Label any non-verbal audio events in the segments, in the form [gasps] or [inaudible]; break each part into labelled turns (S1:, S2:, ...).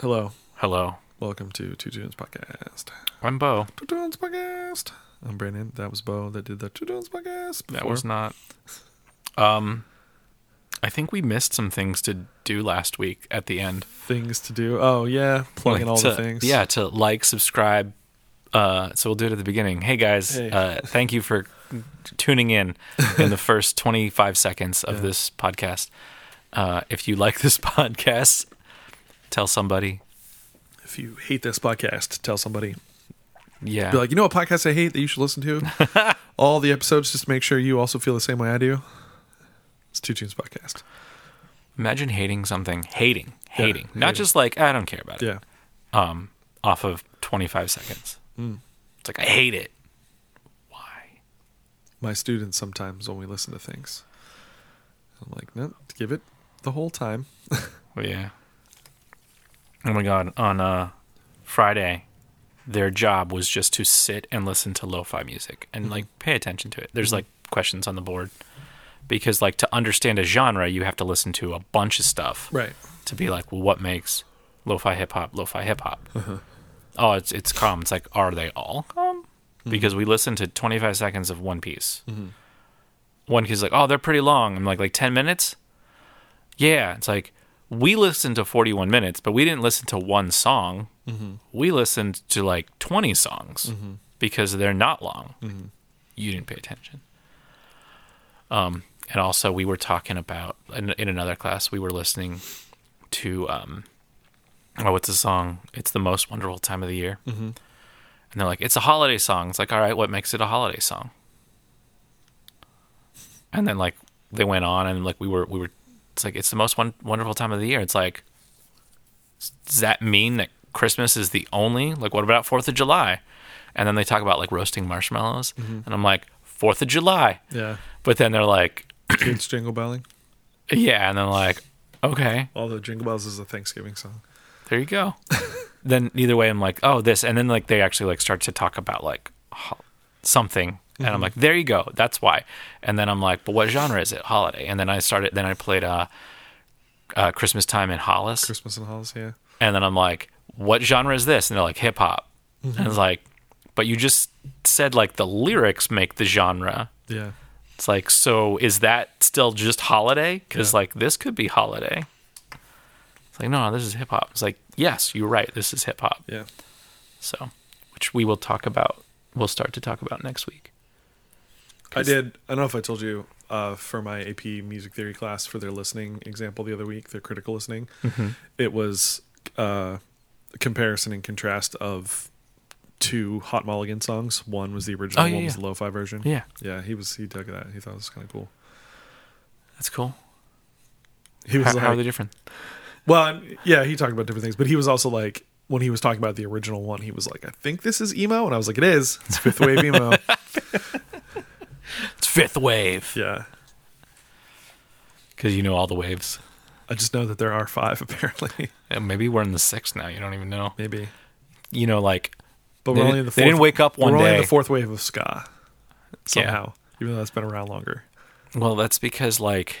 S1: Hello.
S2: Hello.
S1: Welcome to Two Tunes Podcast.
S2: I'm Bo.
S1: Two Tunes Podcast. I'm Brandon. That was Bo that did the Two Tunes Podcast.
S2: That
S1: before.
S2: was not. Um, I think we missed some things to do last week at the end.
S1: things to do. Oh, yeah. Plugging
S2: Like
S1: all
S2: to,
S1: the things.
S2: Yeah, to like, subscribe. Uh, so we'll do it at the beginning. Hey guys,
S1: Hey.
S2: Uh, thank you for tuning in
S1: [laughs]
S2: in the first 25 seconds of
S1: Yeah.
S2: this podcast. Uh, if you like this [laughs] podcast, tell somebody.
S1: If you hate this podcast, tell somebody.
S2: Yeah,
S1: Be like, you know what podcast I hate that you should listen to?
S2: [laughs]
S1: all the episodes, just to make sure you also feel the same way I do. It's Two Tunes Podcast.
S2: imagine hating something, hating, hating, not
S1: hating.
S2: just like I don't care about it.
S1: Yeah.
S2: um, off of 25 seconds. It's like, I hate it. Why?
S1: My students sometimes only listen to things. I'm like, no, give it the whole time.
S2: yeah. Oh my God. On uh, Friday, their job was just to sit and listen to lo fi music and like pay attention to it. There's like questions on the board because, like, to understand a genre, you have to listen to a bunch of stuff
S1: Right.
S2: to be like, well, what makes lo-fi hip hop lo-fi hip hop? Oh, it's it's calm. It's like, are they all calm? Because we listened to 25 seconds of One Piece. One Piece is like, oh, they're pretty long. I'm like, like 10 minutes? Yeah. It's like, we listened to 41 minutes, but we didn't listen to one song. We listened to like 20 songs because they're not long. You didn't pay attention. Um, and also, we were talking about in, in another class, we were listening to um oh what's the song it's the most wonderful time of the year mm-hmm. and they're like it's a holiday song it's like all right what makes it a holiday song and then like they went on and like we were we were it's like it's the most one, wonderful time of the year it's like s- does that mean that christmas is the only like what about fourth of july and then they talk about like roasting marshmallows and i'm like fourth of july
S1: Yeah.
S2: but then they're like
S1: Kids jingle belling.
S2: yeah and they're like okay
S1: Although Jingle Bells is a Thanksgiving song.
S2: there you go. [laughs] then either way, I'm like, oh, this, and then like they actually like start to talk about like ho- something, and I'm like, there you go, that's why. And then I'm like, but what genre is it? Holiday. And then I started, then I played uh, uh Christmas time in Hollis,
S1: Christmas and Halls, yeah.
S2: and then I'm like, what genre is this? And they're like, hip hop. And it's like, but you just said like the lyrics make the genre.
S1: Yeah.
S2: It's like, so is that still just holiday? Because like this could be holiday. It's like, no, no, this is hip hop. It's like, yes, you're right. This is hip hop.
S1: Yeah.
S2: So, which we will talk about. We'll start to talk about next week.
S1: I did. I don't know if I told you uh, for my AP music theory class for their listening example the other week, their critical listening.
S2: Mm-hmm.
S1: It was uh, a comparison and contrast of two Hot Mulligan songs. One was the original,
S2: Oh, yeah,
S1: one was
S2: yeah.
S1: the lo-fi version.
S2: Yeah,
S1: Yeah, he was. He dug that. He thought it was kind of cool.
S2: that's cool.
S1: He was
S2: How,
S1: like,
S2: how are they different?
S1: well, I'm- yeah, he talked about different things, but he was also like, when he was talking about the original one, he was like, I think this is emo, and I was like, it is. It's fifth wave
S2: [laughs]
S1: emo.
S2: It's fifth wave
S1: yeah,
S2: because you know all the waves.
S1: I just know that there are five [laughs] apparently.
S2: And maybe we're in the sixth now. You don't even know.
S1: Maybe.
S2: You know, like
S1: But
S2: They
S1: we're
S2: didn't-
S1: only in the
S2: they
S1: fourth,
S2: didn't wake up one
S1: We're only in
S2: day.
S1: the fourth wave of ska somehow, even though that's been around longer.
S2: Well, that's because like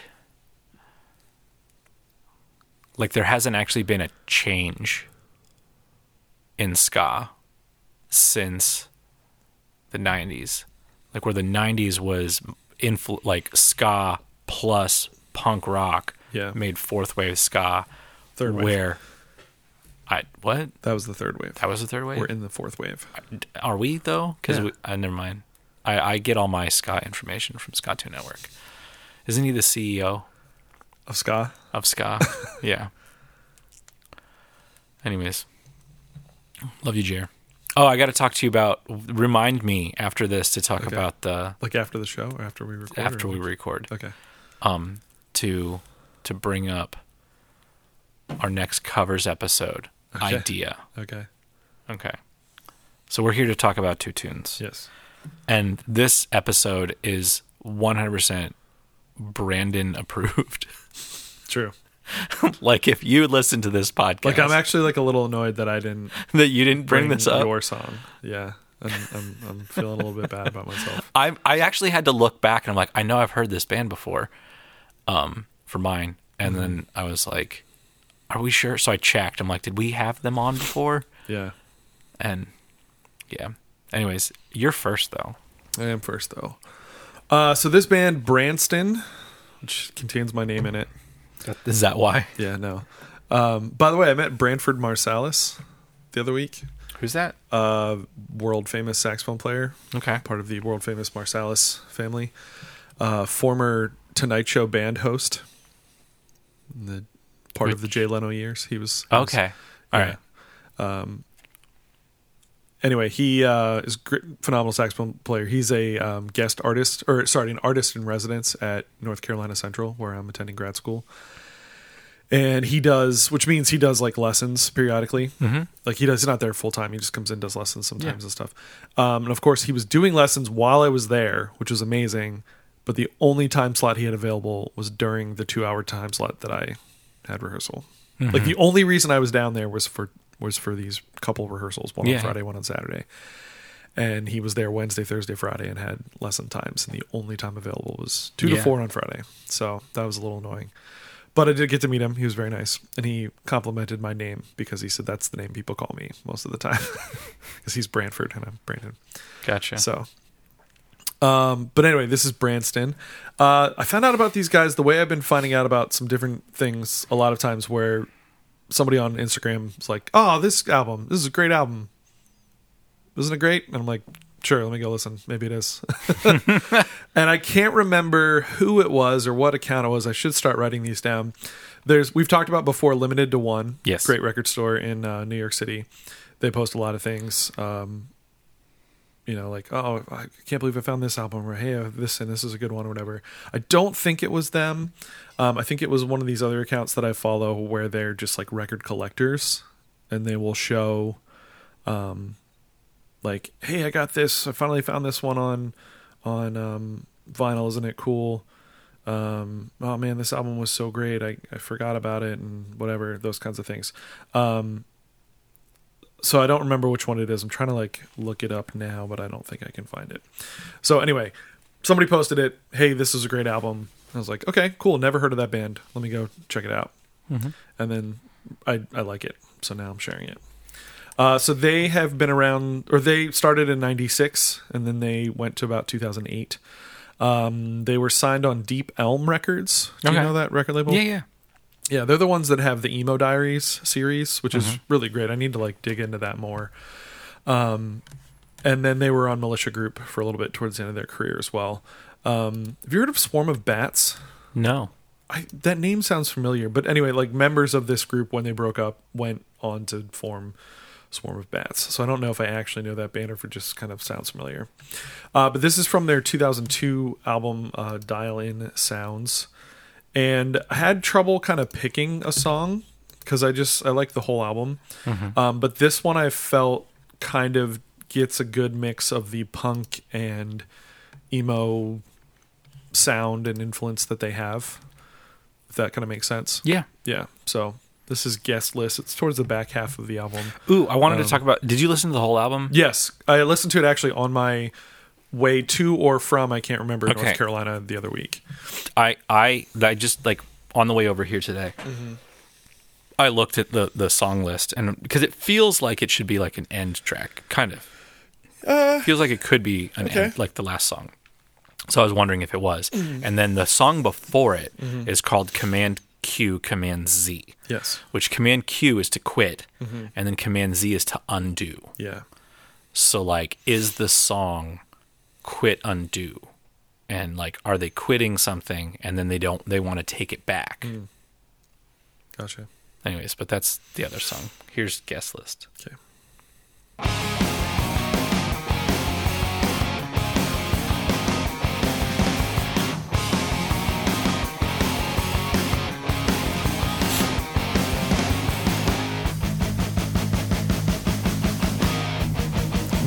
S2: like there hasn't actually been a change in ska since the 90s. Like where the 90s was influ- like ska plus punk rock
S1: Yeah.
S2: made fourth wave ska
S1: Third wave.
S2: where I what?
S1: That was the third wave.
S2: That was the third wave?
S1: We're in the fourth wave.
S2: Are we though? Because
S1: Yeah.
S2: we uh, never mind. I, I get all my ska information from Ska Two Network. Isn't he the E CEO?
S1: Of ska? [laughs]
S2: of ska. yeah. Anyways, love you, Jer. Oh, I got to talk to you about. Remind me after this to talk
S1: Okay.
S2: about the
S1: Like after the show or after we record? or-
S2: after we record
S1: Okay.
S2: um to to bring up our next covers episode
S1: Okay.
S2: idea.
S1: Okay.
S2: Okay. So we're here to talk about two tunes,
S1: Yes.
S2: and this episode is 100% Brandon approved. [laughs]
S1: True.
S2: like if you listen to this podcast,
S1: Like I'm actually like a little annoyed that I didn't
S2: that you didn't [laughs] bring, this up.
S1: your song. Yeah. I'm, I'm, I'm feeling a little bit bad about myself.
S2: I I actually had to look back and I'm like, I Mm-hmm. know I've heard this band before, um, for mine, and then I was like, are we sure? So I checked. I'm like, did we have them on before?
S1: Yeah.
S2: And yeah. Anyways, you're first though.
S1: I am first though. Uh, so this band Branston, which contains my name in it.
S2: Is that why?
S1: Yeah, no. Um, by the way, I met Branford Marsalis the other week.
S2: Who's that?
S1: Uh, world famous saxophone player,
S2: Okay.
S1: part of the world famous Marsalis family. Uh, former Tonight Show band host. In the part of the Jay Leno years, he was. he was-
S2: Okay. All right.
S1: anyway, he uh, is a gr- phenomenal saxophone player. He's a um, guest artist, or sorry, an artist in residence at North Carolina Central, where I'm attending grad school. And he does, which means he does like lessons periodically. Mm-hmm. Like he does, he's not there full time. He just comes in, does lessons sometimes and stuff. Um, and of course, he was doing lessons while I was there, which was amazing. But the only time slot he had available was during the two hour time slot that I had rehearsal.
S2: Mm-hmm.
S1: Like the only reason I was down there was for was for these couple rehearsals, one
S2: Yeah.
S1: on Friday, one on Saturday. And he was there Wednesday, Thursday, Friday, and had lesson times. And the only time available was two to
S2: Yeah.
S1: four on Friday. So that was a little annoying. But I did get to meet him. He was very nice. And he complimented my name because he said that's the name people call me most of the time. [laughs] Because he's Branford and I'm Brandon.
S2: Gotcha.
S1: So, um, but anyway, this is Branston. Uh, I found out about these guys the way I've been finding out about some different things a lot of times where somebody on Instagram is like, oh, this album, this is a great album. Isn't it great? And I'm like, sure, let me go listen. Maybe it is. [laughs] and I can't remember who it was or what account it was. I should start writing these down. There's we've talked about before, limited to one.
S2: Yes.
S1: great record store in uh, New York City. They post a lot of things. Um, you know, like oh, I can't believe I found this album, or hey, uh, this and this is a good one, or whatever. I don't think it was them. Um, I think it was one of these other accounts that I follow where they're just like record collectors, and they will show um, like, "Hey, I got this. I finally found this one on on um, vinyl. Isn't it cool? Um, oh man, this album was so great. I, I forgot about it and whatever those kinds of things. Um, so I don't remember which one it is. I'm trying to like look it up now, but I don't think I can find it. So anyway, somebody posted it. Hey, this is a great album. I was like, okay, cool. Never heard of that band. Let me go check it out.
S2: mm-hmm.
S1: And then I I like it. So now I'm sharing it. Uh, so they have been around, or they started in '96, and then they went to about 2008. Um, they were signed on Deep Elm Records. Do you
S2: Okay.
S1: know that record label?
S2: yeah, yeah.
S1: Yeah, they're the ones that have the Emo Diaries series, which is
S2: Mm-hmm.
S1: really great. I need to like dig into that more. Um, and then they were on Militia Group for a little bit towards the end of their career as well. Um, have you heard of Swarm of Bats?
S2: No.
S1: I, that name sounds familiar, but anyway, like members of this group when they broke up went on to form Swarm of Bats. So I don't know if I actually know that band or if it just kind of sounds familiar. Uh, but this is from their 2002 album uh, Dial In Sounds, and I had trouble kind of picking a song because I just I like the whole album, um, but this one I felt kind of gets a good mix of the punk and emo sound and influence that they have. If that kind of makes sense.
S2: Yeah.
S1: Yeah. So this is guest list. It's towards the back half of the album.
S2: Ooh, I wanted
S1: Um,
S2: to talk about. Did you listen to the whole album?
S1: Yes, I listened to it actually on my way to or from I can't remember
S2: Okay.
S1: North Carolina the other week.
S2: I I I just like on the way over here today. I looked at the the song list and because it feels like it should be like an end track, kind of. feels like it could be an
S1: okay.
S2: end, like the last song. So I was wondering if it was. And then the song before it is called Command Q, Command Z,
S1: Yes.
S2: which Command Q is to quit, and then Command Z is to undo.
S1: Yeah.
S2: So like, is the song quit undo? And like, are they quitting something and then they don't they want to take it back?
S1: Hmm. Gotcha.
S2: Anyways, but that's the other song. Here's guest list.
S1: Okay.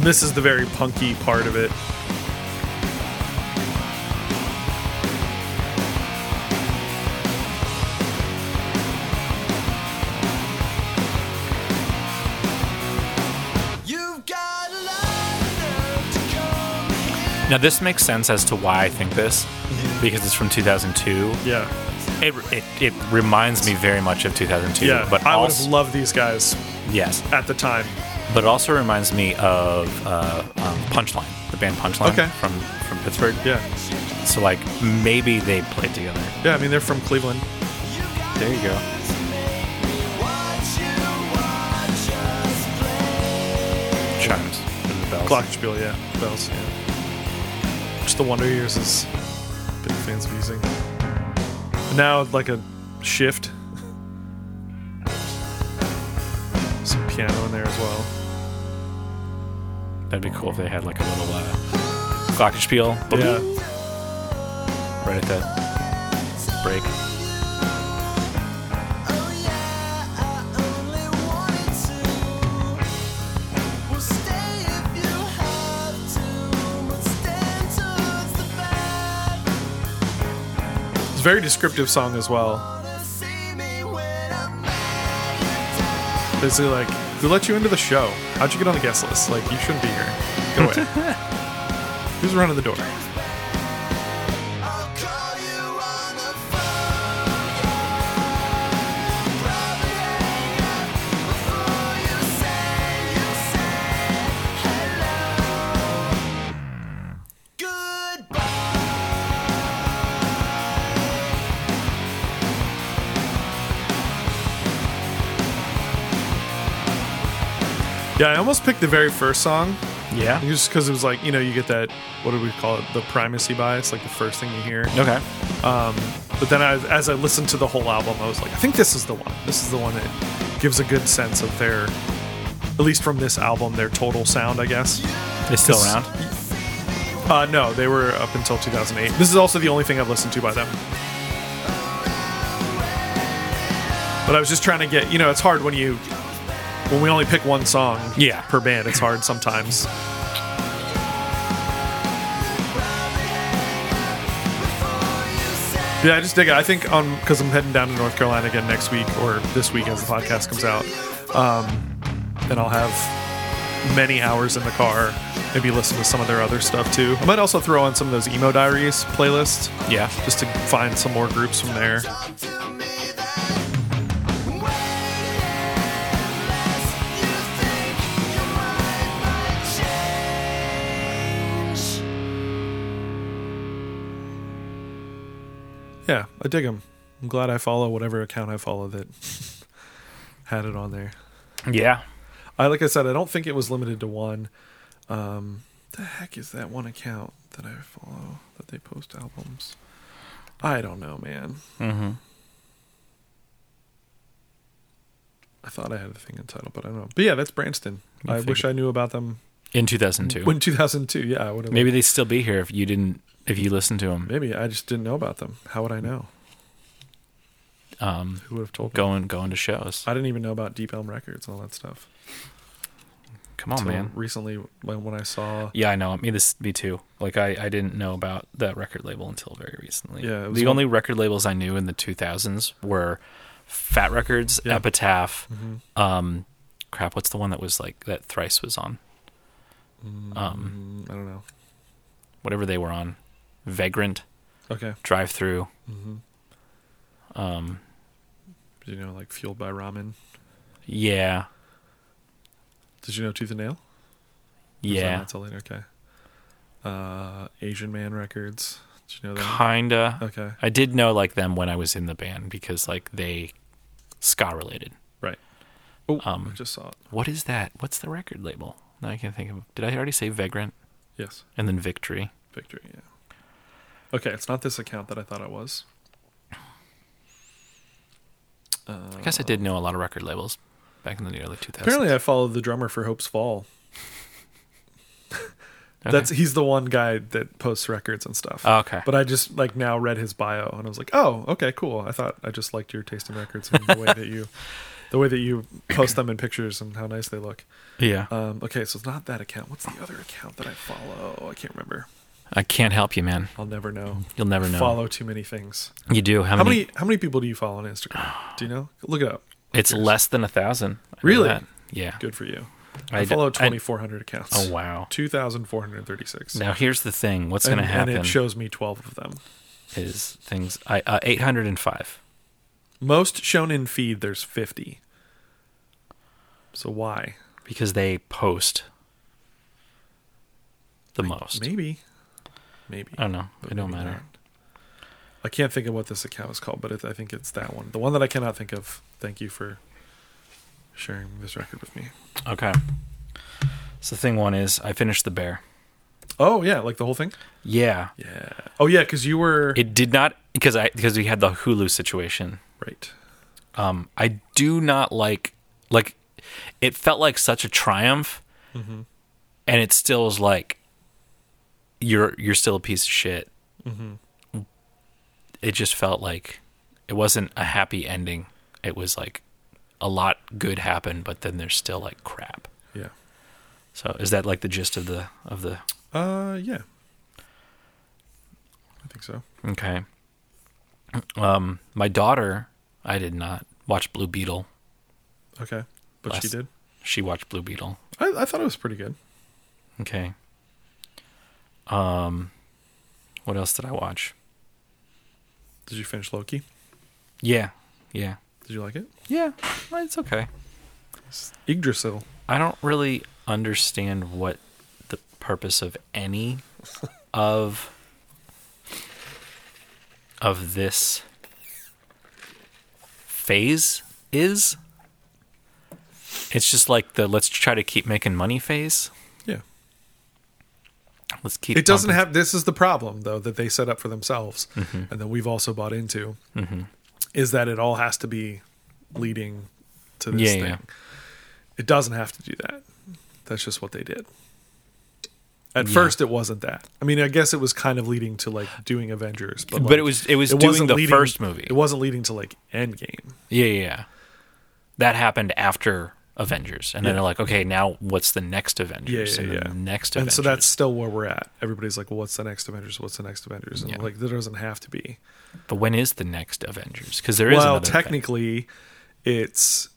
S1: This is the very punky part of it.
S3: You've got a lot of nerve to come here.
S2: Now this makes sense as to why I think this because it's from 2002
S1: Mm-hmm. Yeah.
S2: It, it, it reminds me very much of 2002.
S1: Yeah,
S2: but
S1: I would have
S2: also,
S1: loved these guys
S2: yes,
S1: at the time.
S2: but it also reminds me of uh, um, Punchline, the band Punchline
S1: Okay.
S2: from from Pittsburgh.
S1: Yeah,
S2: So like maybe they played together.
S1: yeah. I mean, they're from Cleveland.
S2: There you go. Chimes. and the bells.
S1: Glockenspiel, yeah, bells. Yeah. Which the Wonder Years is big fans of using. Now like a shift. Some piano in there as well.
S2: That'd be cool if they had like a little uh, glockenspiel
S1: Yeah.
S2: right at that break.
S1: It's a very descriptive song as well. Basically like, who let you into the show? How'd you get on the guest list? Like you shouldn't be here. Go away. Who's running the door?
S3: Goodbye.
S1: Yeah, I almost picked the very first song
S2: Yeah.
S1: just because it was like, you know, you get that what do we call it? The primacy bias, like the first thing you hear.
S2: Okay.
S1: But then I, as I listened to the whole album, I was like, I think this is the one. This is the one that gives a good sense of their, at least from this album, their total sound, I guess.
S2: It's still
S1: 'Cause-
S2: around.
S1: Uh, no, they were up until 2008. This is also the only thing I've listened to by them. But I was just trying to get, you know, it's hard when you, when we only pick one song
S2: Yeah.
S1: per band, it's hard sometimes. Yeah, I just dig it. I think on because I'm heading down to North Carolina again next week or this week as the podcast comes out, um, and I'll have many hours in the car. Maybe listen to some of their other stuff too. I might also throw on some of those emo diaries playlists
S2: Yeah.
S1: just to find some more groups from there. Yeah, I dig them. I'm glad I follow whatever account I follow that [laughs] had it on there.
S2: Yeah.
S1: I like I said, I don't think it was limited to one. Um, the heck is that one account that I follow that they post albums? I don't know, man.
S2: Mm-hmm.
S1: I thought I had a thing entitled, but I don't know. But yeah, that's Branston.
S2: You
S1: I
S2: think
S1: wish
S2: it-
S1: I knew about them
S2: In 2002.
S1: when [laughs] 2002. Yeah, I would have.
S2: Maybe they'd still be here if you didn't, if you listened to them.
S1: maybe I just didn't know about them. How would I know?
S2: Um,
S1: Who would have told me?
S2: going, going to shows.
S1: I didn't even know about Deep Elm Records and all that stuff.
S2: Come on,
S1: until
S2: Oh, man.
S1: Recently, when, when I saw,
S2: Yeah, I know. Me, this, me too. Like I, I didn't know about that record label until very recently.
S1: Yeah, it was
S2: The
S1: one-
S2: only record labels I knew in the 2000s were Fat Records,
S1: Yeah.
S2: Epitaph.
S1: Mm-hmm.
S2: Um, crap, what's the one that was like that Thrice was on? Um,
S1: mm, I don't know.
S2: whatever they were on, Vagrant,
S1: Okay,
S2: Drive Through.
S1: hmm
S2: Um,
S1: you know, like fueled by ramen.
S2: yeah,
S1: Did you know Tooth and Nail? Or is that
S2: yeah,
S1: not till later? Okay. Uh, Asian Man Records. Did you know that?
S2: kinda.
S1: Okay.
S2: I did know like them when I was in the band because like they ska related.
S1: Right. Oh,
S2: Um,
S1: I just saw it.
S2: What is that? What's the record label? Now I can't think of. Did I already say Vagrant
S1: Yes.
S2: and then Victory?
S1: Victory. Yeah. Okay, it's not this account that I thought it was.
S2: I guess I did know a lot of record labels back in the early 2000s.
S1: Uh, Apparently, I followed the drummer for Hope's Fall.
S2: Okay.
S1: That's he's the one guy that posts records and stuff.
S2: Oh, okay.
S1: But I just like now read his bio and I was like, oh, okay, cool. I thought I just liked your taste in records and the way that you, the way that you post them in pictures and how nice they look.
S2: yeah.
S1: Um, okay, so it's not that account. What's the other account that I follow? I can't remember.
S2: I can't help you, man.
S1: I'll never know.
S2: You'll never know.
S1: Follow too many things.
S2: You do. How,
S1: How
S2: many?
S1: many How many people do you follow on
S2: [sighs]
S1: Instagram? Do you know? Look it up.
S2: It's less than a thousand. I know
S1: Really?
S2: that. Yeah.
S1: Good for you.
S2: I
S1: I,
S2: d-
S1: follow
S2: I-
S1: twenty four hundred accounts.
S2: Oh wow.
S1: [laughs] two thousand four hundred thirty six.
S2: Now here's the thing. What's going
S1: and,
S2: to happen?
S1: and it shows me twelve of them.
S2: is things I uh, 805.
S1: Most shown in feed, there's 50. So why?
S2: because they post the most.
S1: Maybe. Maybe.
S2: I don't know.
S1: but
S2: It don't
S1: maybe
S2: matter.
S1: not. I can't think of what this account is called, but it, I think it's that one. The one that I cannot think of. Thank you for sharing this record with me.
S2: Okay. So thing one is I finished the bear.
S1: Oh yeah, like the whole thing.
S2: Yeah.
S1: Yeah. Oh yeah, because you were
S2: It did not because I because we had the Hulu situation.
S1: right.
S2: Um, I do not like like it felt like such a triumph, and it still is like you're you're still a piece of shit. It just felt like it wasn't a happy ending. It was like a lot good happened, but then there's still like crap.
S1: Yeah.
S2: So is that like the gist of the of the
S1: Uh yeah. I think so.
S2: okay? Um, my daughter, I did not watch Blue Beetle.
S1: Okay. But she
S2: Last-
S1: did.
S2: She watched Blue Beetle.
S1: I, I thought it was pretty good.
S2: Okay. Um, what else did I watch?
S1: Did you finish Loki?
S2: Yeah, yeah,
S1: Did you like it?
S2: yeah. It's okay.
S1: It's Yggdrasil.
S2: I don't really understand what the purpose of
S1: [laughs]
S2: any of of this phase is. It's just like the let's try to keep making money phase.
S1: Yeah.
S2: Let's keep.
S1: It doesn't
S2: pumping-
S1: have. This is the problem, though, that they set up for themselves,
S2: Mm-hmm.
S1: and that we've also bought into, is that it all has to be leading to this
S2: Yeah,
S1: thing.
S2: yeah.
S1: It doesn't have to do that. That's just what they did. At first, it wasn't that. I mean, I guess it was kind of leading to like doing Avengers, but
S2: But
S1: like,
S2: it was it was doing
S1: wasn't
S2: the
S1: leading-
S2: first movie.
S1: It wasn't leading to like Endgame.
S2: Yeah, yeah, yeah. That happened after Avengers, and then they're like, okay, now what's the next Avengers?
S1: Yeah, yeah,
S2: and
S1: yeah.
S2: The next
S1: And
S2: Avengers.
S1: so that's still where we're at. Everybody's like, well, "What's the next Avengers? What's the next Avengers?" And
S2: Yeah.
S1: like, there doesn't have to be.
S2: But when is the next Avengers? Because there is
S1: well,
S2: another
S1: technically, it's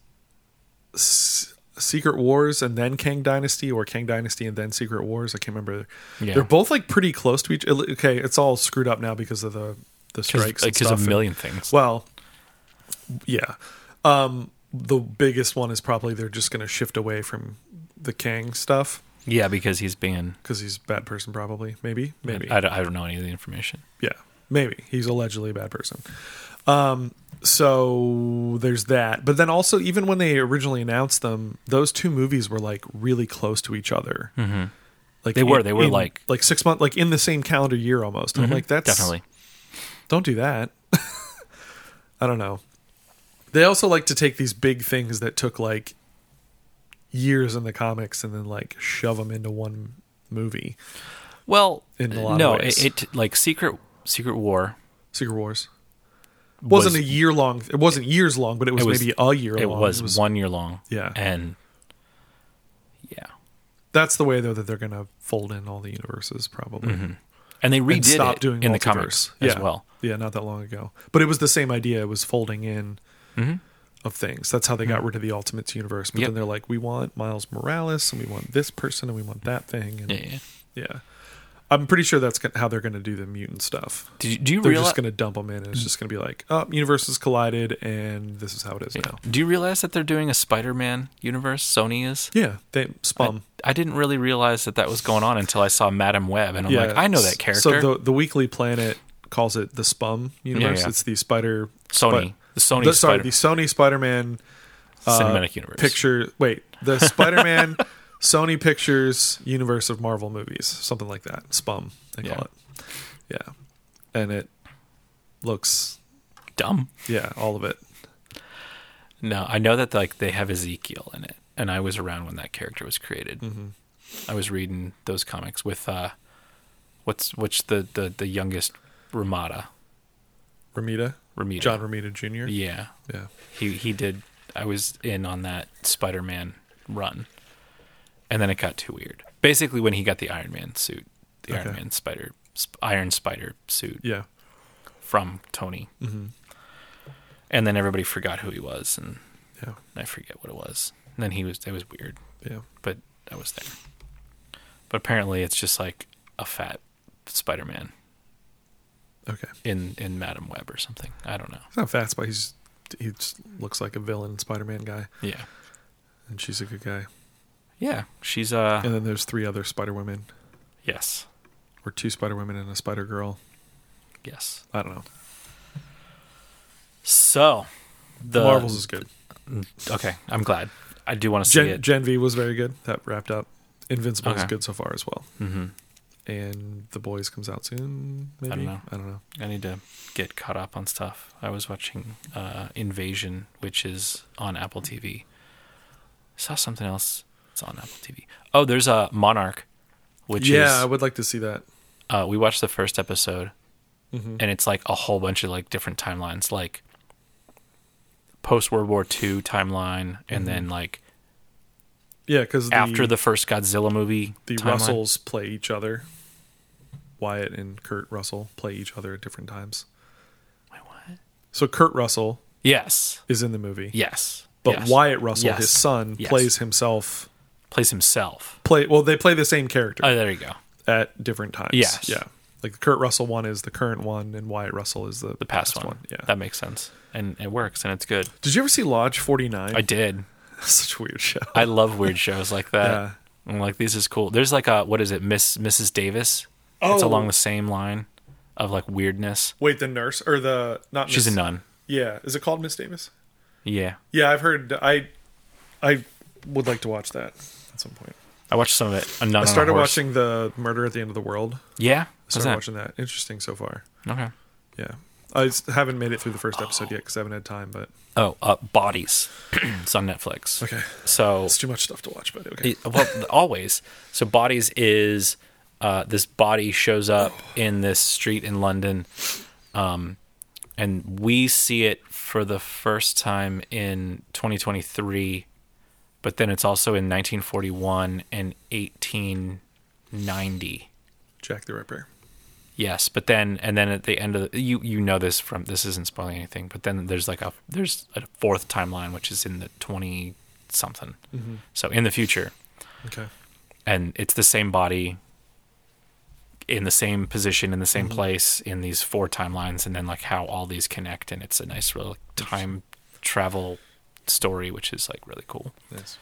S1: S- Secret Wars and then Kang Dynasty, or Kang Dynasty and then Secret Wars. I can't remember.
S2: Yeah.
S1: They're both like pretty close to each. Okay, it's all screwed up now because of the the strikes and
S2: because
S1: stuff.
S2: a million things.
S1: Well, yeah. Um, the biggest one is probably they're just going to shift away from the Kang stuff
S2: yeah, because he's being.
S1: because he's a bad person, probably. Maybe, maybe.
S2: I don't, I don't know any of the information.
S1: Yeah, maybe he's allegedly a bad person. Um, so there's that. But then also, even when they originally announced them, those two movies were like really close to each other. Mm-hmm. Like
S2: They were- they were,
S1: in-
S2: like- Mm-hmm.
S1: like six months, like in the same calendar year almost. And I'm like, that's
S2: Definitely.
S1: don't do that. [laughs] I don't know. They also like to take these big things that took like years in the comics and then like shove them into one movie.
S2: Well,
S1: In a lot of
S2: no,
S1: ways.
S2: It, it like Secret Secret War.
S1: Secret Wars. wasn't
S2: was-
S1: a year long. It wasn't years long, but it was,
S2: It was-
S1: maybe a year
S2: It
S1: long.
S2: was, one year long.
S1: Yeah.
S2: and yeah,
S1: That's the way though that they're going to fold in all the universes probably.
S2: and they Mm-hmm. redid
S1: And stop
S2: it
S1: doing
S2: in the
S1: multiverse.
S2: comics
S1: yeah.
S2: as well.
S1: Yeah, not that long ago. But it was the same idea. It was folding in of things. That's how they got rid of the Ultimates universe. But
S2: Mm-hmm. Yep.
S1: then they're like, we want Miles Morales and we want this person and we want that thing. And
S2: Yeah. yeah.
S1: yeah. I'm pretty sure that's gon- how they're going to do the mutant stuff.
S2: Do you, do you Mm-hmm.
S1: They're
S2: realize?
S1: just going to dump them in, and it's just going to be like, "Oh, universes collided, and this is how it is now."
S2: Oh. Do you realize that they're doing a Spider-Man universe? Sony is.
S1: Yeah, they spum.
S2: I didn't really realize that that was going on until I saw Madam Web, and I'm like, I know that
S1: So
S2: character.
S1: the the Weekly Planet calls it the Spum universe.
S2: yeah.
S1: It's the Spider Spi-
S2: Sony, the Sony
S1: the- sorry,
S2: Spider
S1: the Sony Spider-Man uh,
S2: cinematic universe.
S1: picture. Wait, the Spider-Man [laughs] Sony Pictures universe of Marvel movies, something like that. Spum, they
S2: Yeah.
S1: call it. Yeah, and it looks
S2: dumb.
S1: yeah, all of it.
S2: No, I know that like they have Ezekiel in it, and I was around when that character was created.
S1: Mm-hmm.
S2: I was reading those comics with uh, what's which the the the youngest Ramada
S1: Ramita,
S2: Ramita.
S1: John Ramita Jr.
S2: Yeah,
S1: Yeah.
S2: he he did. I was in on that Spider-Man run, and then it got too weird. Basically, when he got the Iron Man suit, the Iron
S1: Okay.
S2: Man Spider sp- Iron Spider suit
S1: yeah, Mm-hmm.
S2: from Tony, and then everybody forgot who he was, and
S1: yeah,
S2: I forget what it was. And then he was it was weird,
S1: yeah.
S2: but I was there. But apparently, it's just like a fat Spider-Man
S1: Okay.
S2: in in Madam Web or something. I don't know.
S1: He's not fast, but he's he just looks like a villain Spider-Man guy,
S2: Yeah,
S1: and she's a good guy.
S2: yeah. She's uh
S1: And then there's three other Spider Women,
S2: yes,
S1: or two Spider Women and a Spider Girl.
S2: yes.
S1: I don't know.
S2: So the
S1: Marvels is good.
S2: Okay, I'm glad. I do want to see
S1: Gen,
S2: it.
S1: Gen V was very good. That wrapped up. Invincible is
S2: Okay.
S1: good so far as well.
S2: hmm
S1: And The Boys comes out soon. Maybe
S2: don't know.
S1: I don't know.
S2: I need to get caught up on stuff. I was watching uh, Invasion, which is on Apple TV. Saw something else. It's on Apple TV. Oh, there's a Monarch, which
S1: yeah, I
S2: is
S1: would like to see that. Mm-hmm.
S2: uh, we watched the first episode, and it's like a whole bunch of like different timelines, like post World War II timeline, and then
S1: Mm-hmm.
S2: like
S1: Yeah, because
S2: after the first Godzilla movie,
S1: the
S2: timeline.
S1: Russells play each other. Wyatt and Kurt Russell play each other at different times.
S2: Wait, what?
S1: So Kurt Russell
S2: Yes,
S1: is in the movie,
S2: yes.
S1: but
S2: yes.
S1: Wyatt Russell,
S2: Yes.
S1: his son,
S2: Yes.
S1: plays himself.
S2: plays himself?
S1: Play well, they play the same character.
S2: Oh, there you go.
S1: at different times.
S2: Yes.
S1: Yeah. Like the Kurt Russell one is the current one, and Wyatt Russell is the,
S2: the past one.
S1: Yeah.
S2: that makes sense, and it works, and it's good.
S1: Did you ever see Lodge 49?
S2: I did.
S1: [laughs] Such a weird show.
S2: I love weird shows like that. I'm like, this is cool. There's like a what is it, Miss Mrs. Davis? It's
S1: Oh.
S2: along the same line of like weirdness.
S1: Wait, the nurse or the not?
S2: She's
S1: Miss-
S2: a nun.
S1: Yeah. Is it called Miss Davis?
S2: Yeah,
S1: Yeah, I've heard. I I would like to watch that at some point.
S2: I watched some of it. A nun.
S1: I started watching the Murder at the End of the World. I
S2: Yeah, What's
S1: started
S2: that?
S1: watching that. Interesting so far.
S2: Okay.
S1: Yeah. I s- haven't made it through the first episode yet because I haven't had time. But
S2: Oh, uh, bodies. [clears throat] it's on Netflix.
S1: okay,
S2: So
S1: it's too much stuff to watch. But okay.
S2: It- well, always. So bodies is uh, this body shows up in this street in London, um, and we see it for the first time in 2023, but then it's also in 1941 and 1890.
S1: Jack the Ripper.
S2: Yes, but then and then at the end of the, you you know this from this isn't spoiling anything, but then there's like a there's a fourth timeline which is in the 20 something, so in the future
S1: Okay.
S2: and it's the same body in the same position in the
S1: Mm-hmm.
S2: same place in these four timelines and then like how all these connect and it's a nice real time travel story which is like really cool
S1: Yes.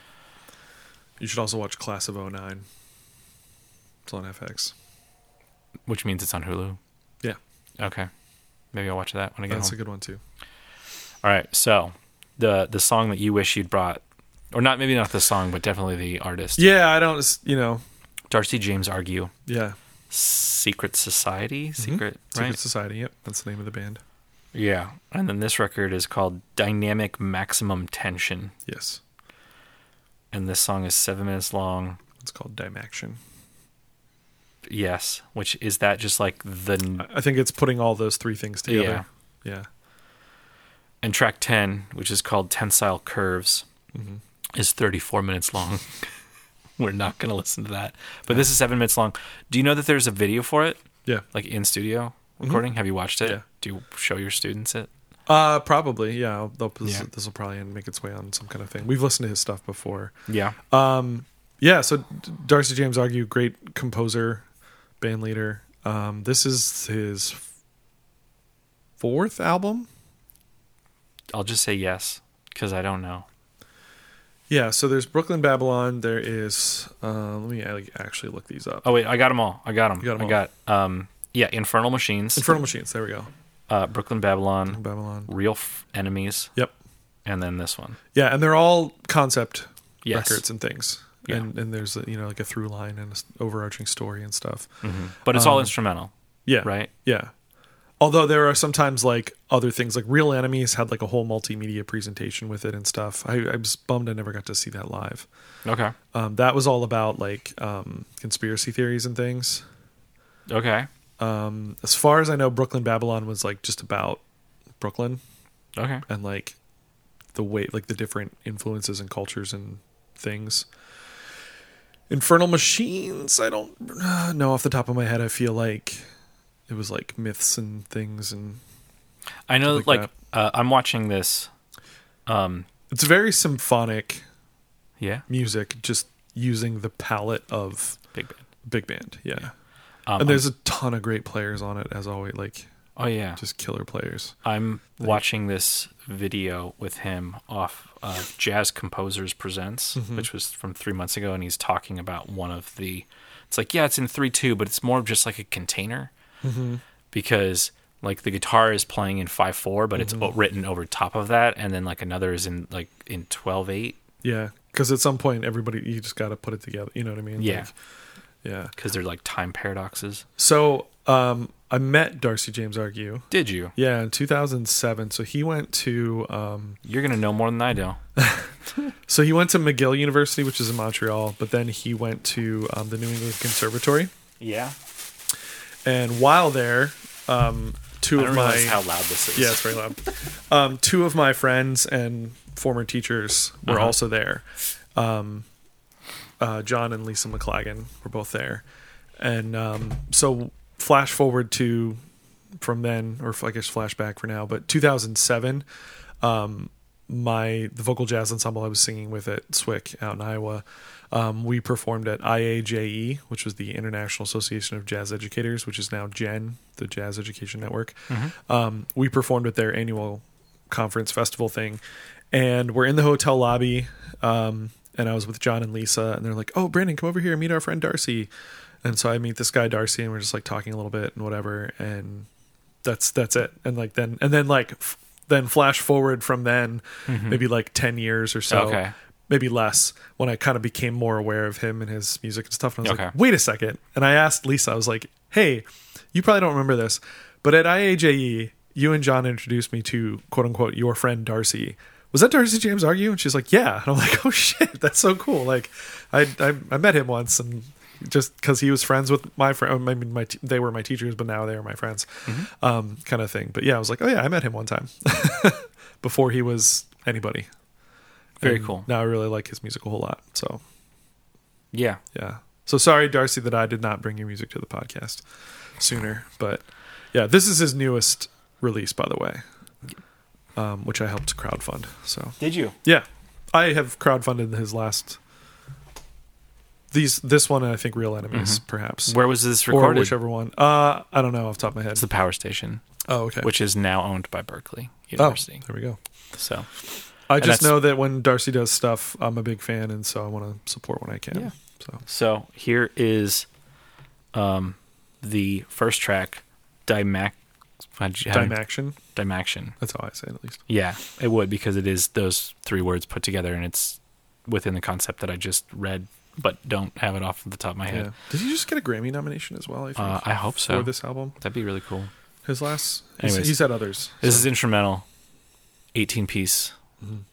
S1: You should also watch Class of 09. It's on FX.
S2: which means it's on hulu
S1: Yeah,
S2: okay maybe i'll watch that when i get
S1: that's a
S2: home
S1: good one too.
S2: all right so the the song that you wish you'd brought or not maybe not the song but definitely the artist
S1: Yeah, I don't, s- you know,
S2: darcy james argue
S1: yeah.
S2: secret society secret
S1: Mm-hmm. Secret
S2: right?
S1: Society, yep, that's the name of the band.
S2: yeah and then this record is called dynamic maximum tension
S1: Yes,
S2: and this song is seven minutes long.
S1: it's called Dimaction.
S2: Yes, which is that just like the
S1: I think it's putting all those three things together. Yeah.
S2: and track ten, which is called Tensile Curves,
S1: Mm-hmm.
S2: is thirty four minutes long. [laughs] We're not gonna listen to that, but this is seven minutes long. Do you know that there's a video for it,
S1: Yeah.
S2: like in studio recording? Have you watched it?
S1: Mm-hmm. Yeah.
S2: Do you show your students it?
S1: Uh, probably, yeah. I'll- They'll, this,
S2: Yeah.
S1: will probably make its way on some kind of thing. We've listened to his stuff before.
S2: Yeah,
S1: Yeah, so D- Darcy James Argue, great composer, band leader. Um, this is his f- fourth album.
S2: I'll just say yes because I don't know.
S1: Yeah, so there's Brooklyn Babylon. There is. Uh, let me like, actually look these up.
S2: Oh wait, I got them all. I got them.
S1: You got 'em
S2: I got um yeah, Infernal Machines,
S1: Infernal Machines. There we go.
S2: uh, Brooklyn Babylon,
S1: Babylon.
S2: Real F- Enemies,
S1: Yep.
S2: and then this one.
S1: Yeah, and they're all concept
S2: Yes.
S1: records and things.
S2: Yeah.
S1: And and there's you know like a through line and an overarching story and stuff.
S2: but it's all instrumental.
S1: Yeah.
S2: Right.
S1: Yeah. Although there are sometimes like other things like Real Enemies had like a whole multimedia presentation with it and stuff. I, I was bummed I never got to see that live.
S2: Okay.
S1: Um, that was all about like um, conspiracy theories and things.
S2: Okay.
S1: As far as I know, Brooklyn Babylon was like just about Brooklyn.
S2: Okay.
S1: and like the way like the different influences and cultures and things infernal machines i don't [sighs] uh, know off the top of my head i feel like it was like myths and things and
S2: I know.
S1: Something
S2: like
S1: like
S2: uh, I'm watching this. Um.
S1: it's very symphonic
S2: Yeah.
S1: music just using the palette of
S2: Big band.
S1: big band yeah,
S2: Um,
S1: and there's a ton of great players on it as always like
S2: Oh yeah.
S1: Just killer players.
S2: I'm watching this video with him off of Jazz Composers Presents, which was from three months ago, and he's talking about one of the. It's like yeah, it's in three two, but it's more of just like a container, because like the guitar is playing in five four, but it's o- written over top of that, and then like another is in like in twelve eight.
S1: Yeah, because at some point everybody you just got to put it together. You know what I mean?
S2: Yeah,
S1: Like, yeah.
S2: because they're like time paradoxes.
S1: So um, I met Darcy James Argue.
S2: Did you?
S1: Yeah, in 2007. So he went to um,
S2: You're gonna know more than I do.
S1: so he went to McGill University, which is in Montreal, but then he went to um, the New England Conservatory.
S2: Yeah.
S1: And while there, um, two
S2: I don't
S1: of my
S2: realize how loud this is.
S1: yeah, it's very loud. um, two of my friends and former teachers were
S2: Uh-huh.
S1: also there. Um, uh, John and Lisa McLagan were both there, and um, so flash forward to from then, or I guess flashback for now, but 2007. Um, my the vocal jazz ensemble I was singing with at Swick out in Iowa. Um, we performed at IAJE, E, which was the International Association of Jazz Educators, which is now JEN, the Jazz Education Network. Um, we performed at their annual conference festival thing, and we're in the hotel lobby. Um, and I was with John and Lisa, and they're like, "Oh, Brandon, come over here and meet our friend Darcy." And so I meet this guy Darcy, and we're just like talking a little bit and whatever, and that's that's it and like then and then like f- then flash forward from then maybe like 10 years or so
S2: Okay.
S1: maybe less when i kind of became more aware of him and his music and stuff and i was like
S2: Okay.
S1: wait a second and i asked lisa i was like hey you probably don't remember this but at iaje E, you and john introduced me to quote unquote your friend darcy was that Darcy James Argue? And she's like, yeah. And I'm like, oh shit, that's so cool. Like, I I, I met him once, and just because he was friends with my friend, I mean, my t- they were my teachers, but now they are my friends, um, kind of thing. But yeah, I was like, oh yeah, I met him one time [laughs] before he was anybody.
S2: Very
S1: And
S2: cool.
S1: Now I really like his music a whole lot. So
S2: Yeah.
S1: yeah. So sorry, Darcy, that I did not bring your music to the podcast sooner. But yeah, this is his newest release, by the way, um, which I helped crowdfund. So
S2: Did you?
S1: yeah, I have crowdfunded his last these this one and I think Real Enemies perhaps
S2: Mm-hmm. Where was this
S1: or
S2: recorded?
S1: whichever one. Uh, I don't know off the top of my head.
S2: It's the power station,
S1: oh, okay.
S2: which is now owned by Berkeley
S1: oh,
S2: University.
S1: there we go.
S2: So
S1: I
S2: And
S1: just
S2: that's-
S1: know that when Darcy does stuff, I'm a big fan, and so I want to support when I can.
S2: Yeah.
S1: So
S2: so here is um the first track, Dimac Dimac
S1: Dimaction.
S2: Dimaction.
S1: That's how I say it, at least.
S2: Yeah, it would because it is those three words put together and it's within the concept that I just read but don't have it off the top of my
S1: Yeah.
S2: head.
S1: Did he just get a Grammy nomination as well? I think.
S2: Uh, I hope
S1: for
S2: so.
S1: this album,
S2: That'd be really cool.
S1: his last. He's,
S2: Anyways.
S1: he's had others.
S2: This
S1: so- Mm-hmm.
S2: is instrumental, 18 piece,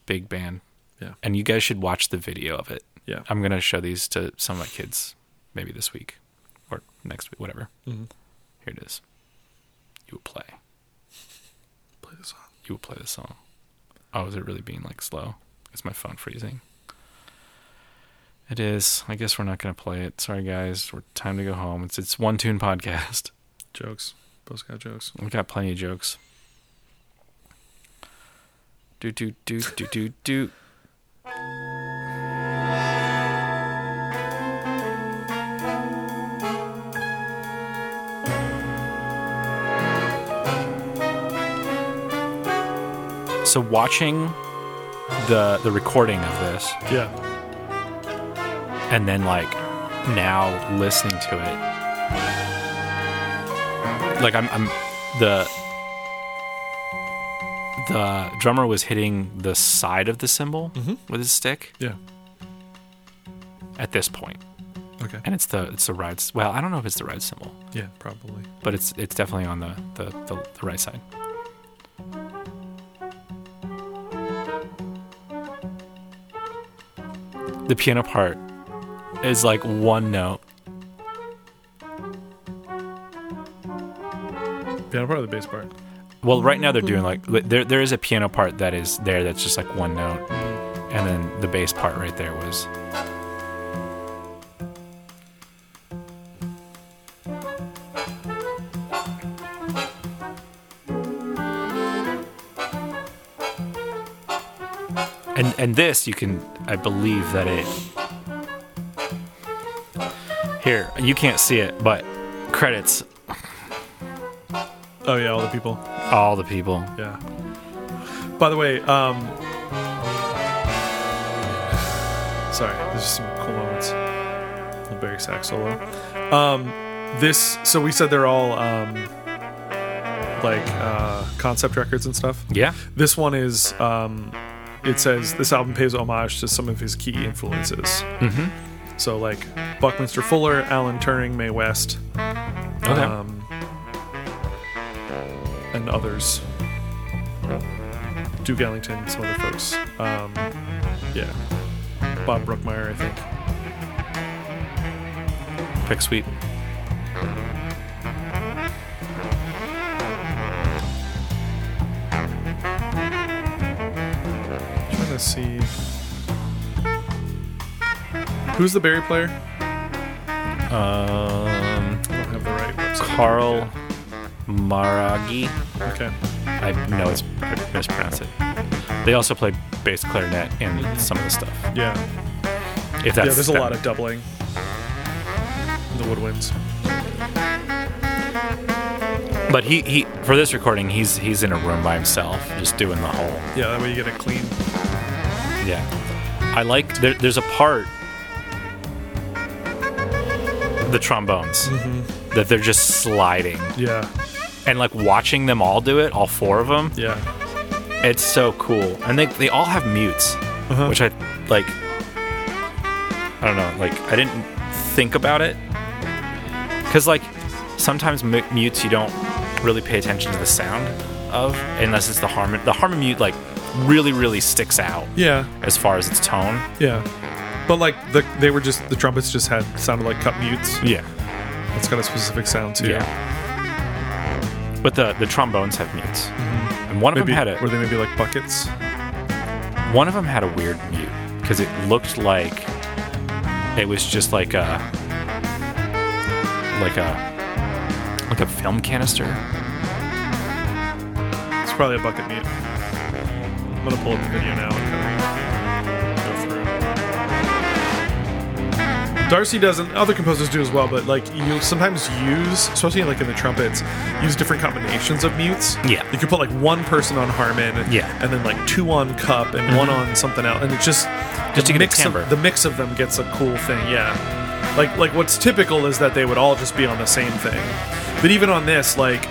S2: big band.
S1: Yeah.
S2: And you guys should watch the video of it.
S1: yeah.
S2: I'm going to show these to some of my kids maybe this week or next week, whatever.
S1: Mhm.
S2: Here it is. You will play.
S1: Play this song.
S2: You will play this song. Oh, is it really being like slow? Is my phone freezing? It is. I guess we're not going to play it. Sorry, guys. We're time to go home. It's it's one tune podcast.
S1: Jokes. Both got jokes.
S2: We got plenty of jokes. Do do do do do do. So watching the the recording of this
S1: Yeah.
S2: and then like now listening to it like I'm, I'm the the drummer was hitting the side of the cymbal with his stick
S1: Yeah.
S2: at this point
S1: Okay.
S2: and it's the it's the right s- well i don't know if it's the right cymbal
S1: Yeah. Probably.
S2: but it's it's definitely on the the, the, the right side the piano part is like one note
S1: Piano part of the bass part.
S2: Well, right now they're doing like there. There is a piano part that is there that's just like one note, and then the bass part right there was. And and this you can I believe that it. Here you can't see it, but credits
S1: Oh yeah, all the people.
S2: All the people.
S1: Yeah. By the way, um, sorry, there's just some cool moments. The Barry sax solo. Um, this. So we said they're all um, like uh, concept records and stuff.
S2: Yeah.
S1: This one is. Um, it says this album pays homage to some of his key influences. Mm-hmm. So like Buckminster Fuller, Alan Turing, Mae West,
S2: Okay.
S1: um, and others. Duke Ellington, some other folks. Um, yeah. Bob Brookmeyer, I think.
S2: Pick sweet.
S1: trying to see. Who's the Barry player?
S2: Um,
S1: I don't have the right website.
S2: Carl Maragi.
S1: Okay.
S2: I know it's I mispronounced it. They also play bass clarinet in some of the stuff.
S1: Yeah.
S2: If that's
S1: yeah, there's a lot of doubling. The woodwinds.
S2: But he, he for this recording he's he's in a room by himself just doing the whole
S1: Yeah, that way you get a clean.
S2: Yeah. I like there, there's a part the trombones
S1: Mm-hmm.
S2: that they're just sliding
S1: Yeah.
S2: and like watching them all do it, all four of them.
S1: Yeah.
S2: It's so cool. And they they all have mutes, which I like I don't know, like I didn't think about it cuz like sometimes mu- mutes you don't really pay attention to the sound of unless it's the harmon the harmon mute like really really sticks out
S1: Yeah.
S2: as far as its tone.
S1: Yeah. But like the they were just the trumpets just had sounded like cut mutes.
S2: Yeah.
S1: It's got a specific sound too.
S2: Yeah. But the the trombones have mutes, and one of
S1: Maybe
S2: them had
S1: were
S2: a
S1: they maybe like buckets?
S2: one of them had a weird mute because it looked like it was just like a like a like a film canister.
S1: It's probably a bucket mute. I'm gonna pull up the video now and kind of go through. Darcy doesn't. Other composers do as well, but like you sometimes use, especially like in the trumpets, use different combinations of mutes.
S2: Yeah.
S1: you could put like one person on harmon,
S2: Yeah. Mm-hmm.
S1: and then like two on cup and one on something else, and it just
S2: Just to
S1: the
S2: get a
S1: mix
S2: timbre.
S1: Of, the mix of them gets a cool thing. Yeah, like like what's typical is that they would all just be on the same thing, but even on this, like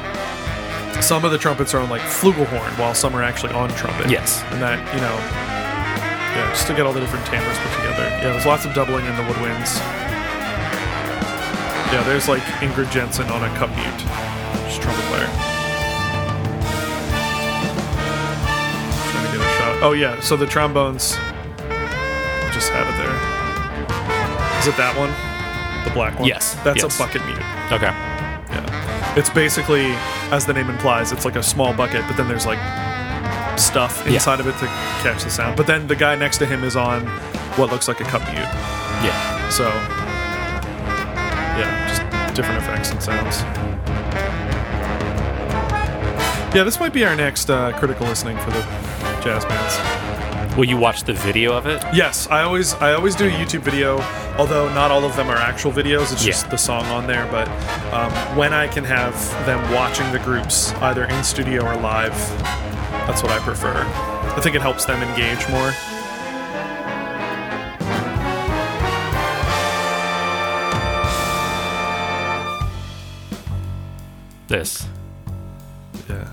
S1: some of the trumpets are on like flugelhorn while some are actually on trumpet.
S2: Yes.
S1: And that, you know, yeah, just to get all the different timbres put together. Yeah, there's lots of doubling in the woodwinds. Yeah, there's like Ingrid Jensen on a cup mute. She's a trumpet player. Trying to get a shot. Oh, yeah, so the trombones just had it there. Is it that one? The black one?
S2: Yes,
S1: That's
S2: yes.
S1: a bucket mute.
S2: Okay.
S1: Yeah. It's basically, as the name implies, it's like a small bucket, but then there's like stuff
S2: Yeah.
S1: inside of it to catch the sound. But then the guy next to him is on what looks like a cup mute.
S2: Yeah.
S1: So, yeah, just different effects and sounds. Yeah, this might be our next uh, critical listening for the jazz bands.
S2: Will you watch the video of it?
S1: Yes, I always I always do a YouTube video, although not all of them are actual videos. It's just
S2: Yeah.
S1: the song on there. But um, when I can have them watching the groups either in studio or live, that's what I prefer. I think it helps them engage more.
S2: This.
S1: Yeah,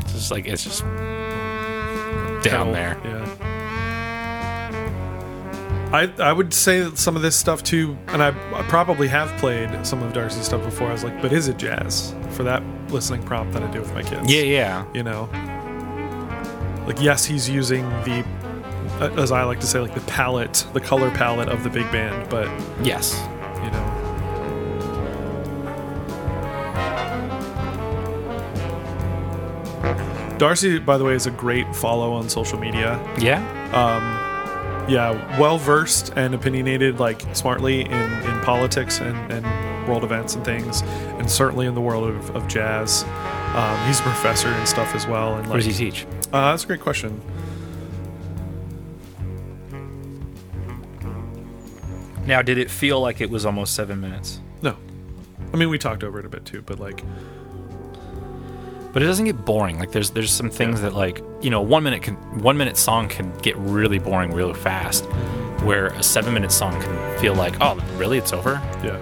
S2: It's just like it's just down there.
S1: Yeah. I, I would say that some of this stuff too, and I, I probably have played some of Darcy's stuff before. I was like, but is it jazz for that listening prompt that I do with my kids?
S2: Yeah, yeah.
S1: you know like yes he's using the uh, as i like to say like the palette the color palette of the big band but
S2: Yes.
S1: you know darcy by the way is a great follow on social media
S2: Yeah.
S1: yeah well versed and opinionated like smartly in in politics and and world events and things and certainly in the world of, of jazz um, he's a professor and stuff as well and like
S2: What does he teach?
S1: uh, that's a great question.
S2: Now, did it feel like it was almost seven minutes?
S1: No, I mean we talked over it a bit too, but like
S2: but it doesn't get boring. Like there's there's some things that like you know one minute can one minute song can get really boring really fast, where a seven minute song can feel like oh really it's over.
S1: Yeah.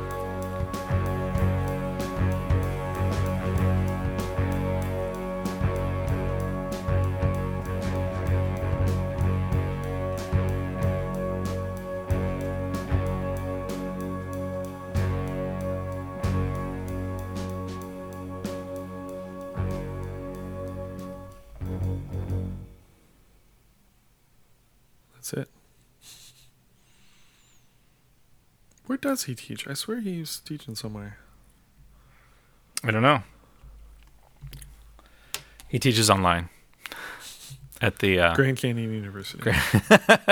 S1: That's it. Where does he teach? I swear he was teaching somewhere.
S2: I don't know. He teaches online at the uh,
S1: Grand Canyon University.
S2: [laughs]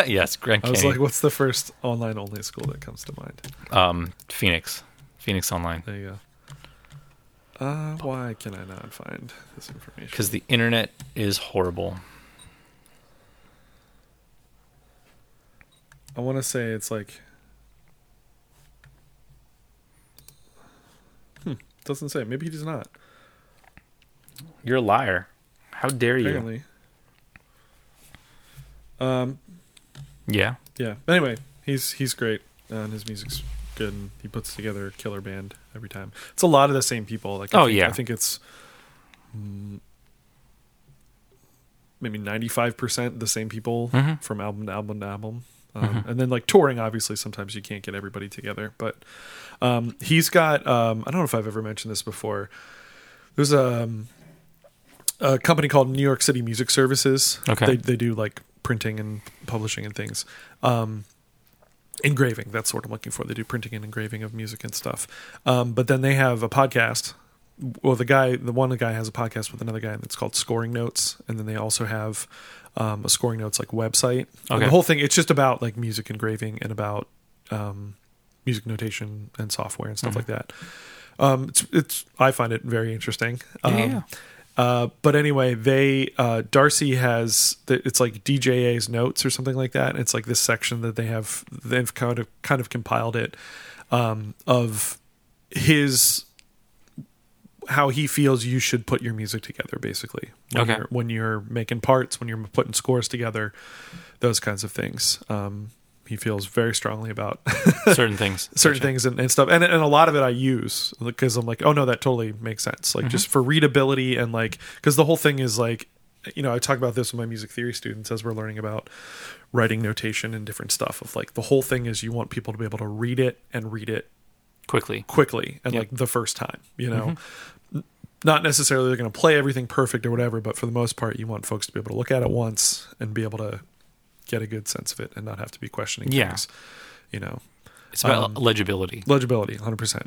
S2: yes Grand
S1: I was
S2: Canyon,
S1: like, what's the first online only school that comes to mind?
S2: um, Phoenix, Phoenix Online.
S1: There you go. Uh, why can I not find this information?
S2: Because the internet is horrible.
S1: I want to say it's like. Hmm. Doesn't say. Maybe he does not.
S2: You're a liar. How dare you?
S1: Apparently. Um.
S2: Yeah.
S1: Yeah. Anyway, he's he's great, uh, and his music's good. And he puts together a killer band every time. It's a lot of the same people. Like, I
S2: Oh,
S1: think,
S2: yeah.
S1: I think it's mm, maybe ninety five percent the same people
S2: Mhm.
S1: from album to album to album. Um,
S2: Mm-hmm.
S1: And then like touring, obviously, sometimes you can't get everybody together. But um, he's got um, I don't know if I've ever mentioned this before. There's a um, a company called New York City Music Services.
S2: Okay.
S1: They, they do like printing and publishing and things. Um, engraving, that's what I'm looking for. They do printing and engraving of music and stuff. Um, but then they have a podcast. Well, the guy, the one guy has a podcast with another guy that's called Scoring Notes. And then they also have um, a Scoring Notes like website. And
S2: Okay.
S1: the whole thing, it's just about like music engraving and about um, music notation and software and stuff
S2: Mm-hmm.
S1: like that. Um, it's, it's, I find it very interesting. Um,
S2: Yeah.
S1: uh, but anyway, they uh, Darcy has the, it's like DJA's notes or something like that. It's like this section that they have they've kind of kind of compiled it um, of his how he feels you should put your music together basically when,
S2: Okay.
S1: you're, when you're making parts when you're putting scores together those kinds of things um, he feels very strongly about [laughs]
S2: Certain things.
S1: certain
S2: Gotcha.
S1: things and, and stuff and, and a lot of it i use because i'm like oh no that totally makes sense
S2: Mm-hmm.
S1: like just for readability and like because the whole thing is like you know i talk about this with my music theory students as we're learning about writing notation and different stuff of like the whole thing is you want people to be able to read it and read it
S2: Quickly.
S1: quickly and
S2: Yep.
S1: like the first time you know
S2: Mm-hmm.
S1: N- not necessarily they're going to play everything perfect or whatever but for the most part you want folks to be able to look at it once and be able to get a good sense of it and not have to be questioning
S2: Yeah.
S1: things you know
S2: It's about
S1: Um,
S2: legibility.
S1: legibility 100%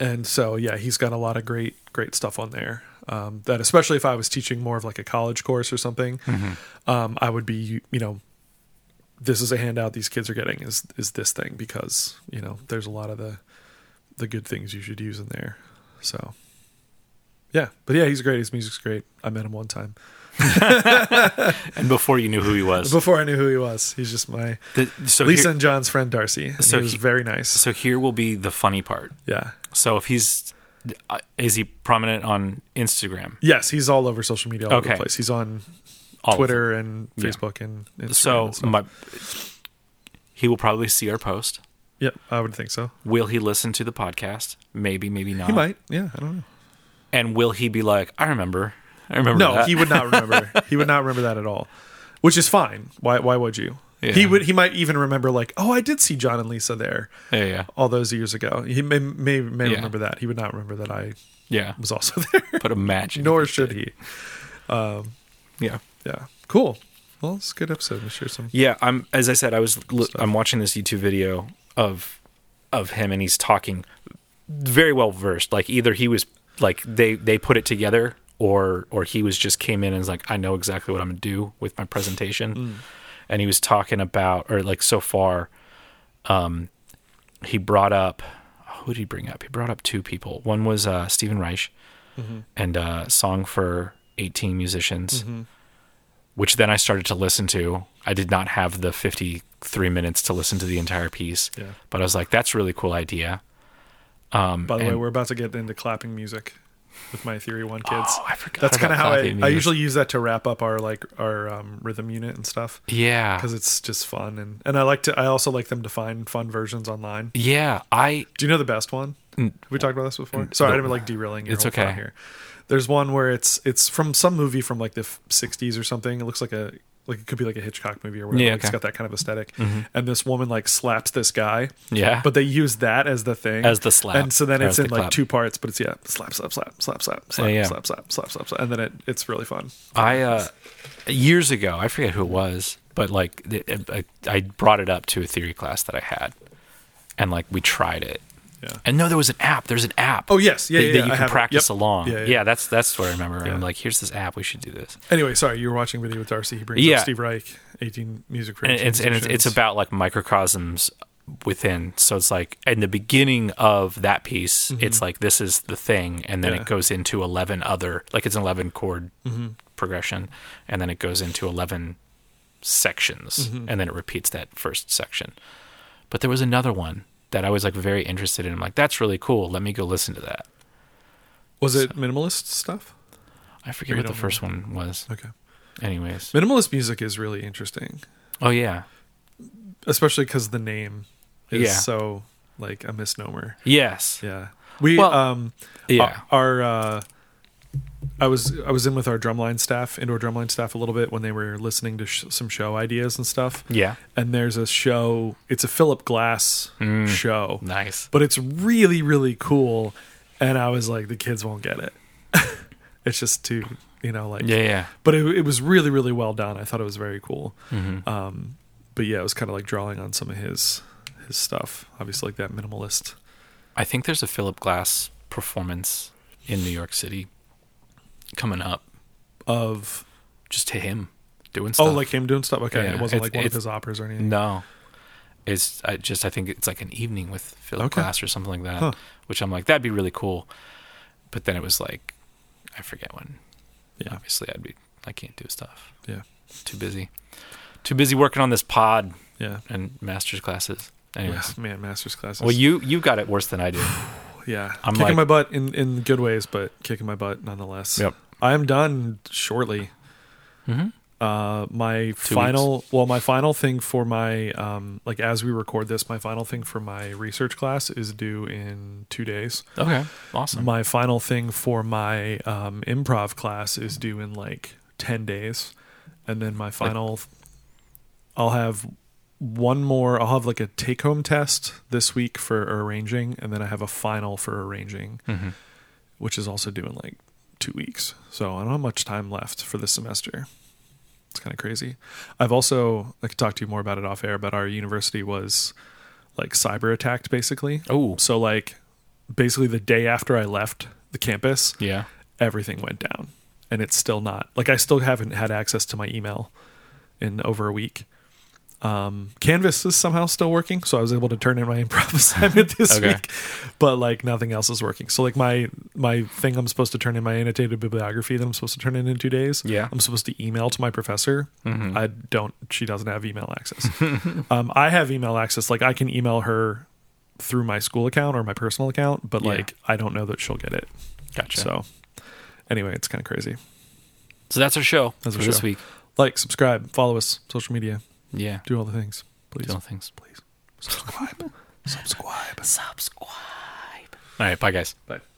S1: and so yeah he's got a lot of great great stuff on there um, that especially if i was teaching more of like a college course or something
S2: Mm-hmm.
S1: um, i would be you, you know this is a handout these kids are getting is is this thing because you know there's a lot of the the good things you should use in there so yeah but yeah he's great his music's great i met him one time
S2: And before you knew who he was.
S1: before i knew who he was he's just my
S2: The- so,
S1: lisa
S2: here,
S1: and john's friend darcy and
S2: so
S1: he was
S2: he-
S1: very nice
S2: so here will be the funny part.
S1: yeah
S2: So if he's, uh, is he prominent on Instagram?
S1: Yes, he's all over social media, all over
S2: Okay.
S1: the place. He's on
S2: All of
S1: Twitter and
S2: Oh, Yeah.
S1: Facebook and
S2: them.
S1: Instagram
S2: So
S1: and stuff.
S2: my, he will probably see our post.
S1: yep, I would think so.
S2: Will he listen to the podcast? Maybe, maybe not.
S1: He might, yeah, I don't know.
S2: And will he be like, I remember, I remember
S1: No,
S2: that.
S1: he would not remember. he would not remember that at all, which is fine. Why? Why would you?
S2: Yeah.
S1: He would. He might even remember like, oh, I did see John and Lisa there
S2: [laughs] Yeah, yeah,
S1: all those years ago. He may may, may
S2: Yeah.
S1: remember that. He would not remember that I
S2: yeah.
S1: was also [laughs]
S2: [laughs]
S1: there.
S2: But imagine.
S1: Nor should he.
S2: Yeah.
S1: Yeah. Cool. Well, it's a good episode. We share some.
S2: Yeah, I'm as I said, I was l- I'm watching this YouTube video of of him and he's talking very well versed. Like either he was like they they put it together or or he was just came in and was like I know exactly what I'm going to do with my presentation. And he was talking about or like so far um he brought up who did he bring up? He brought up two people. One was uh Steven Reich and uh Song for 18 musicians which then I started to listen to. I did not have the 53 minutes to listen to the entire piece,
S1: Yeah.
S2: but I was like, that's a really cool idea.
S1: By the way,
S2: and-
S1: we're about to get into clapping music. with my Theory One kids.
S2: Oh, [gasps] I forgot.
S1: That's kind of
S2: about
S1: how
S2: copy
S1: I, I
S2: music.
S1: usually use that to wrap up our like our um, rhythm unit and stuff
S2: Yeah.
S1: because it's just fun and and I like to. I also like them to find fun versions online.
S2: Yeah, I
S1: Do you know the best one? Have we talked about this before? Sorry, I didn't like derailing. Your
S2: Mm. It's
S1: whole thought
S2: okay.
S1: Here, there's one where it's it's from some movie from like the f- '60s or something. It looks like a like it could be like a Hitchcock movie or whatever.
S2: Yeah,
S1: Like, It's
S2: okay. Mm-hmm.
S1: got that kind of esthetic And this woman like slaps this guy.
S2: Yeah.
S1: But they use that as the thing
S2: As the slap,
S1: And so then
S2: or
S1: it's
S2: as the
S1: in like
S2: clap.
S1: two parts, but it's yeah, slap, slap, slap, slap, slap, slap,
S2: yeah.
S1: slap, slap, slap, slap, slap, and then it, it's really fun.
S2: I uh, years ago, I forget who it was, but like th- I, I brought it up to a theory class that I had, and like we tried it.
S1: Yeah.
S2: And no, there was an app. There's an app.
S1: Oh, yes. Yeah,
S2: that,
S1: yeah,
S2: that
S1: yeah,
S2: you
S1: I
S2: can
S1: have it.
S2: practice
S1: Yep.
S2: along.
S1: Yeah,
S2: Yeah,
S1: yeah.
S2: that's that's what I remember. And
S1: Yeah.
S2: I'm like, here's this app. We should do this.
S1: Anyway, sorry, you were watching a video with Darcy. He brings
S2: Yeah.
S1: up Steve Reich, 18 music for
S2: and it's and it's, it's
S1: Musicians.
S2: about like microcosms within so it's like in the beginning of that piece it's like this is the thing and then
S1: Mm-hmm. Yeah.
S2: it goes into 11 other like it's an 11 chord
S1: Mm-hmm.
S2: progression and then it goes into 11 sections
S1: Mm-hmm.
S2: and then it repeats that first section but there was another one that i was like very interested in i'm like that's really cool let me go listen to that
S1: was it minimalist stuff?
S2: i forget
S1: We
S2: what the
S1: don't
S2: first
S1: [laughs]
S2: one was
S1: Okay.
S2: anyways
S1: Minimalist music is really interesting,
S2: oh yeah
S1: especially because the name is
S2: Yeah.
S1: so like a misnomer.
S2: yes
S1: Yeah, we
S2: Well,
S1: um
S2: yeah
S1: our, our, uh, I was I was in with our drumline staff, indoor drumline staff, a little bit when they were listening to sh- some show ideas and stuff.
S2: yeah
S1: And there's a show. It's a Philip Glass
S2: Mm-hmm.
S1: show,
S2: Mm. nice
S1: but it's really really cool. And I was like, the kids won't get it. [laughs] it's just too you know like
S2: yeah yeah
S1: but it, it was really really well done i thought it was very cool
S2: Mm-hmm.
S1: um, but yeah it was kind of like drawing on some of his his stuff obviously like that minimalist
S2: I think there's a Philip Glass performance in New York City coming up.
S1: of
S2: Just to him doing stuff.
S1: oh like him doing stuff okay
S2: Yeah,
S1: it wasn't
S2: it's-
S1: like one of
S2: it's-
S1: his operas or anything
S2: no, it's I just I think it's like an evening with Philip
S1: Okay.
S2: Glass or something like that,
S1: Huh.
S2: which I'm like that'd be really cool. But then it was like I forget when.
S1: Yeah.
S2: obviously I'd be I can't do stuff.
S1: yeah
S2: Too busy, too busy working on this pod
S1: yeah
S2: and master's classes. Anyways,
S1: Ugh, man master's classes
S2: well you you got it worse than
S1: [sighs]
S2: I did.
S1: yeah
S2: I'm
S1: kicking
S2: like-
S1: my butt in in good ways but kicking my butt nonetheless
S2: Yep.
S1: i am done shortly
S2: Mm-hmm.
S1: uh my final well my final thing for my um like as we record this my final thing for my research class is due in two days
S2: okay, awesome.
S1: my final thing for my um, improv class is due in like 10 days and then my final i'll have one more i'll have like a take home test this week for arranging and then i have a final for arranging
S2: Mm-hmm.
S1: which is also due in like two weeks so i don't have much time left for this semester it's kind of crazy i've also i could talk to you more about it off air but our university was like cyber attacked basically
S2: Oh
S1: so like basically the day after I left the campus,
S2: yeah,
S1: everything went down. And it's still not like I still haven't had access to my email in over a week. Um, Canvas is somehow still working, so I was able to turn in my [laughs] improv assignment this
S2: Okay.
S1: week. But like nothing else is working. So like my my thing I'm supposed to turn in my annotated bibliography that I'm supposed to turn in in two days.
S2: Yeah.
S1: I'm supposed to email to my professor.
S2: Mm-hmm.
S1: I don't. She doesn't have email access. [laughs] um, I have email access. Like I can email her through my school account or my personal account, but
S2: Yeah.
S1: like I don't know that she'll get it.
S2: gotcha. So,
S1: So anyway, it's kind of crazy.
S2: that's our show
S1: That's
S2: for
S1: our
S2: this
S1: show.
S2: week.
S1: Like, subscribe, follow us, social media,
S2: Yeah,
S1: do all the things, please.
S2: doing things.
S1: Please [laughs] subscribe. subscribe.
S2: All right, bye guys.
S1: Bye.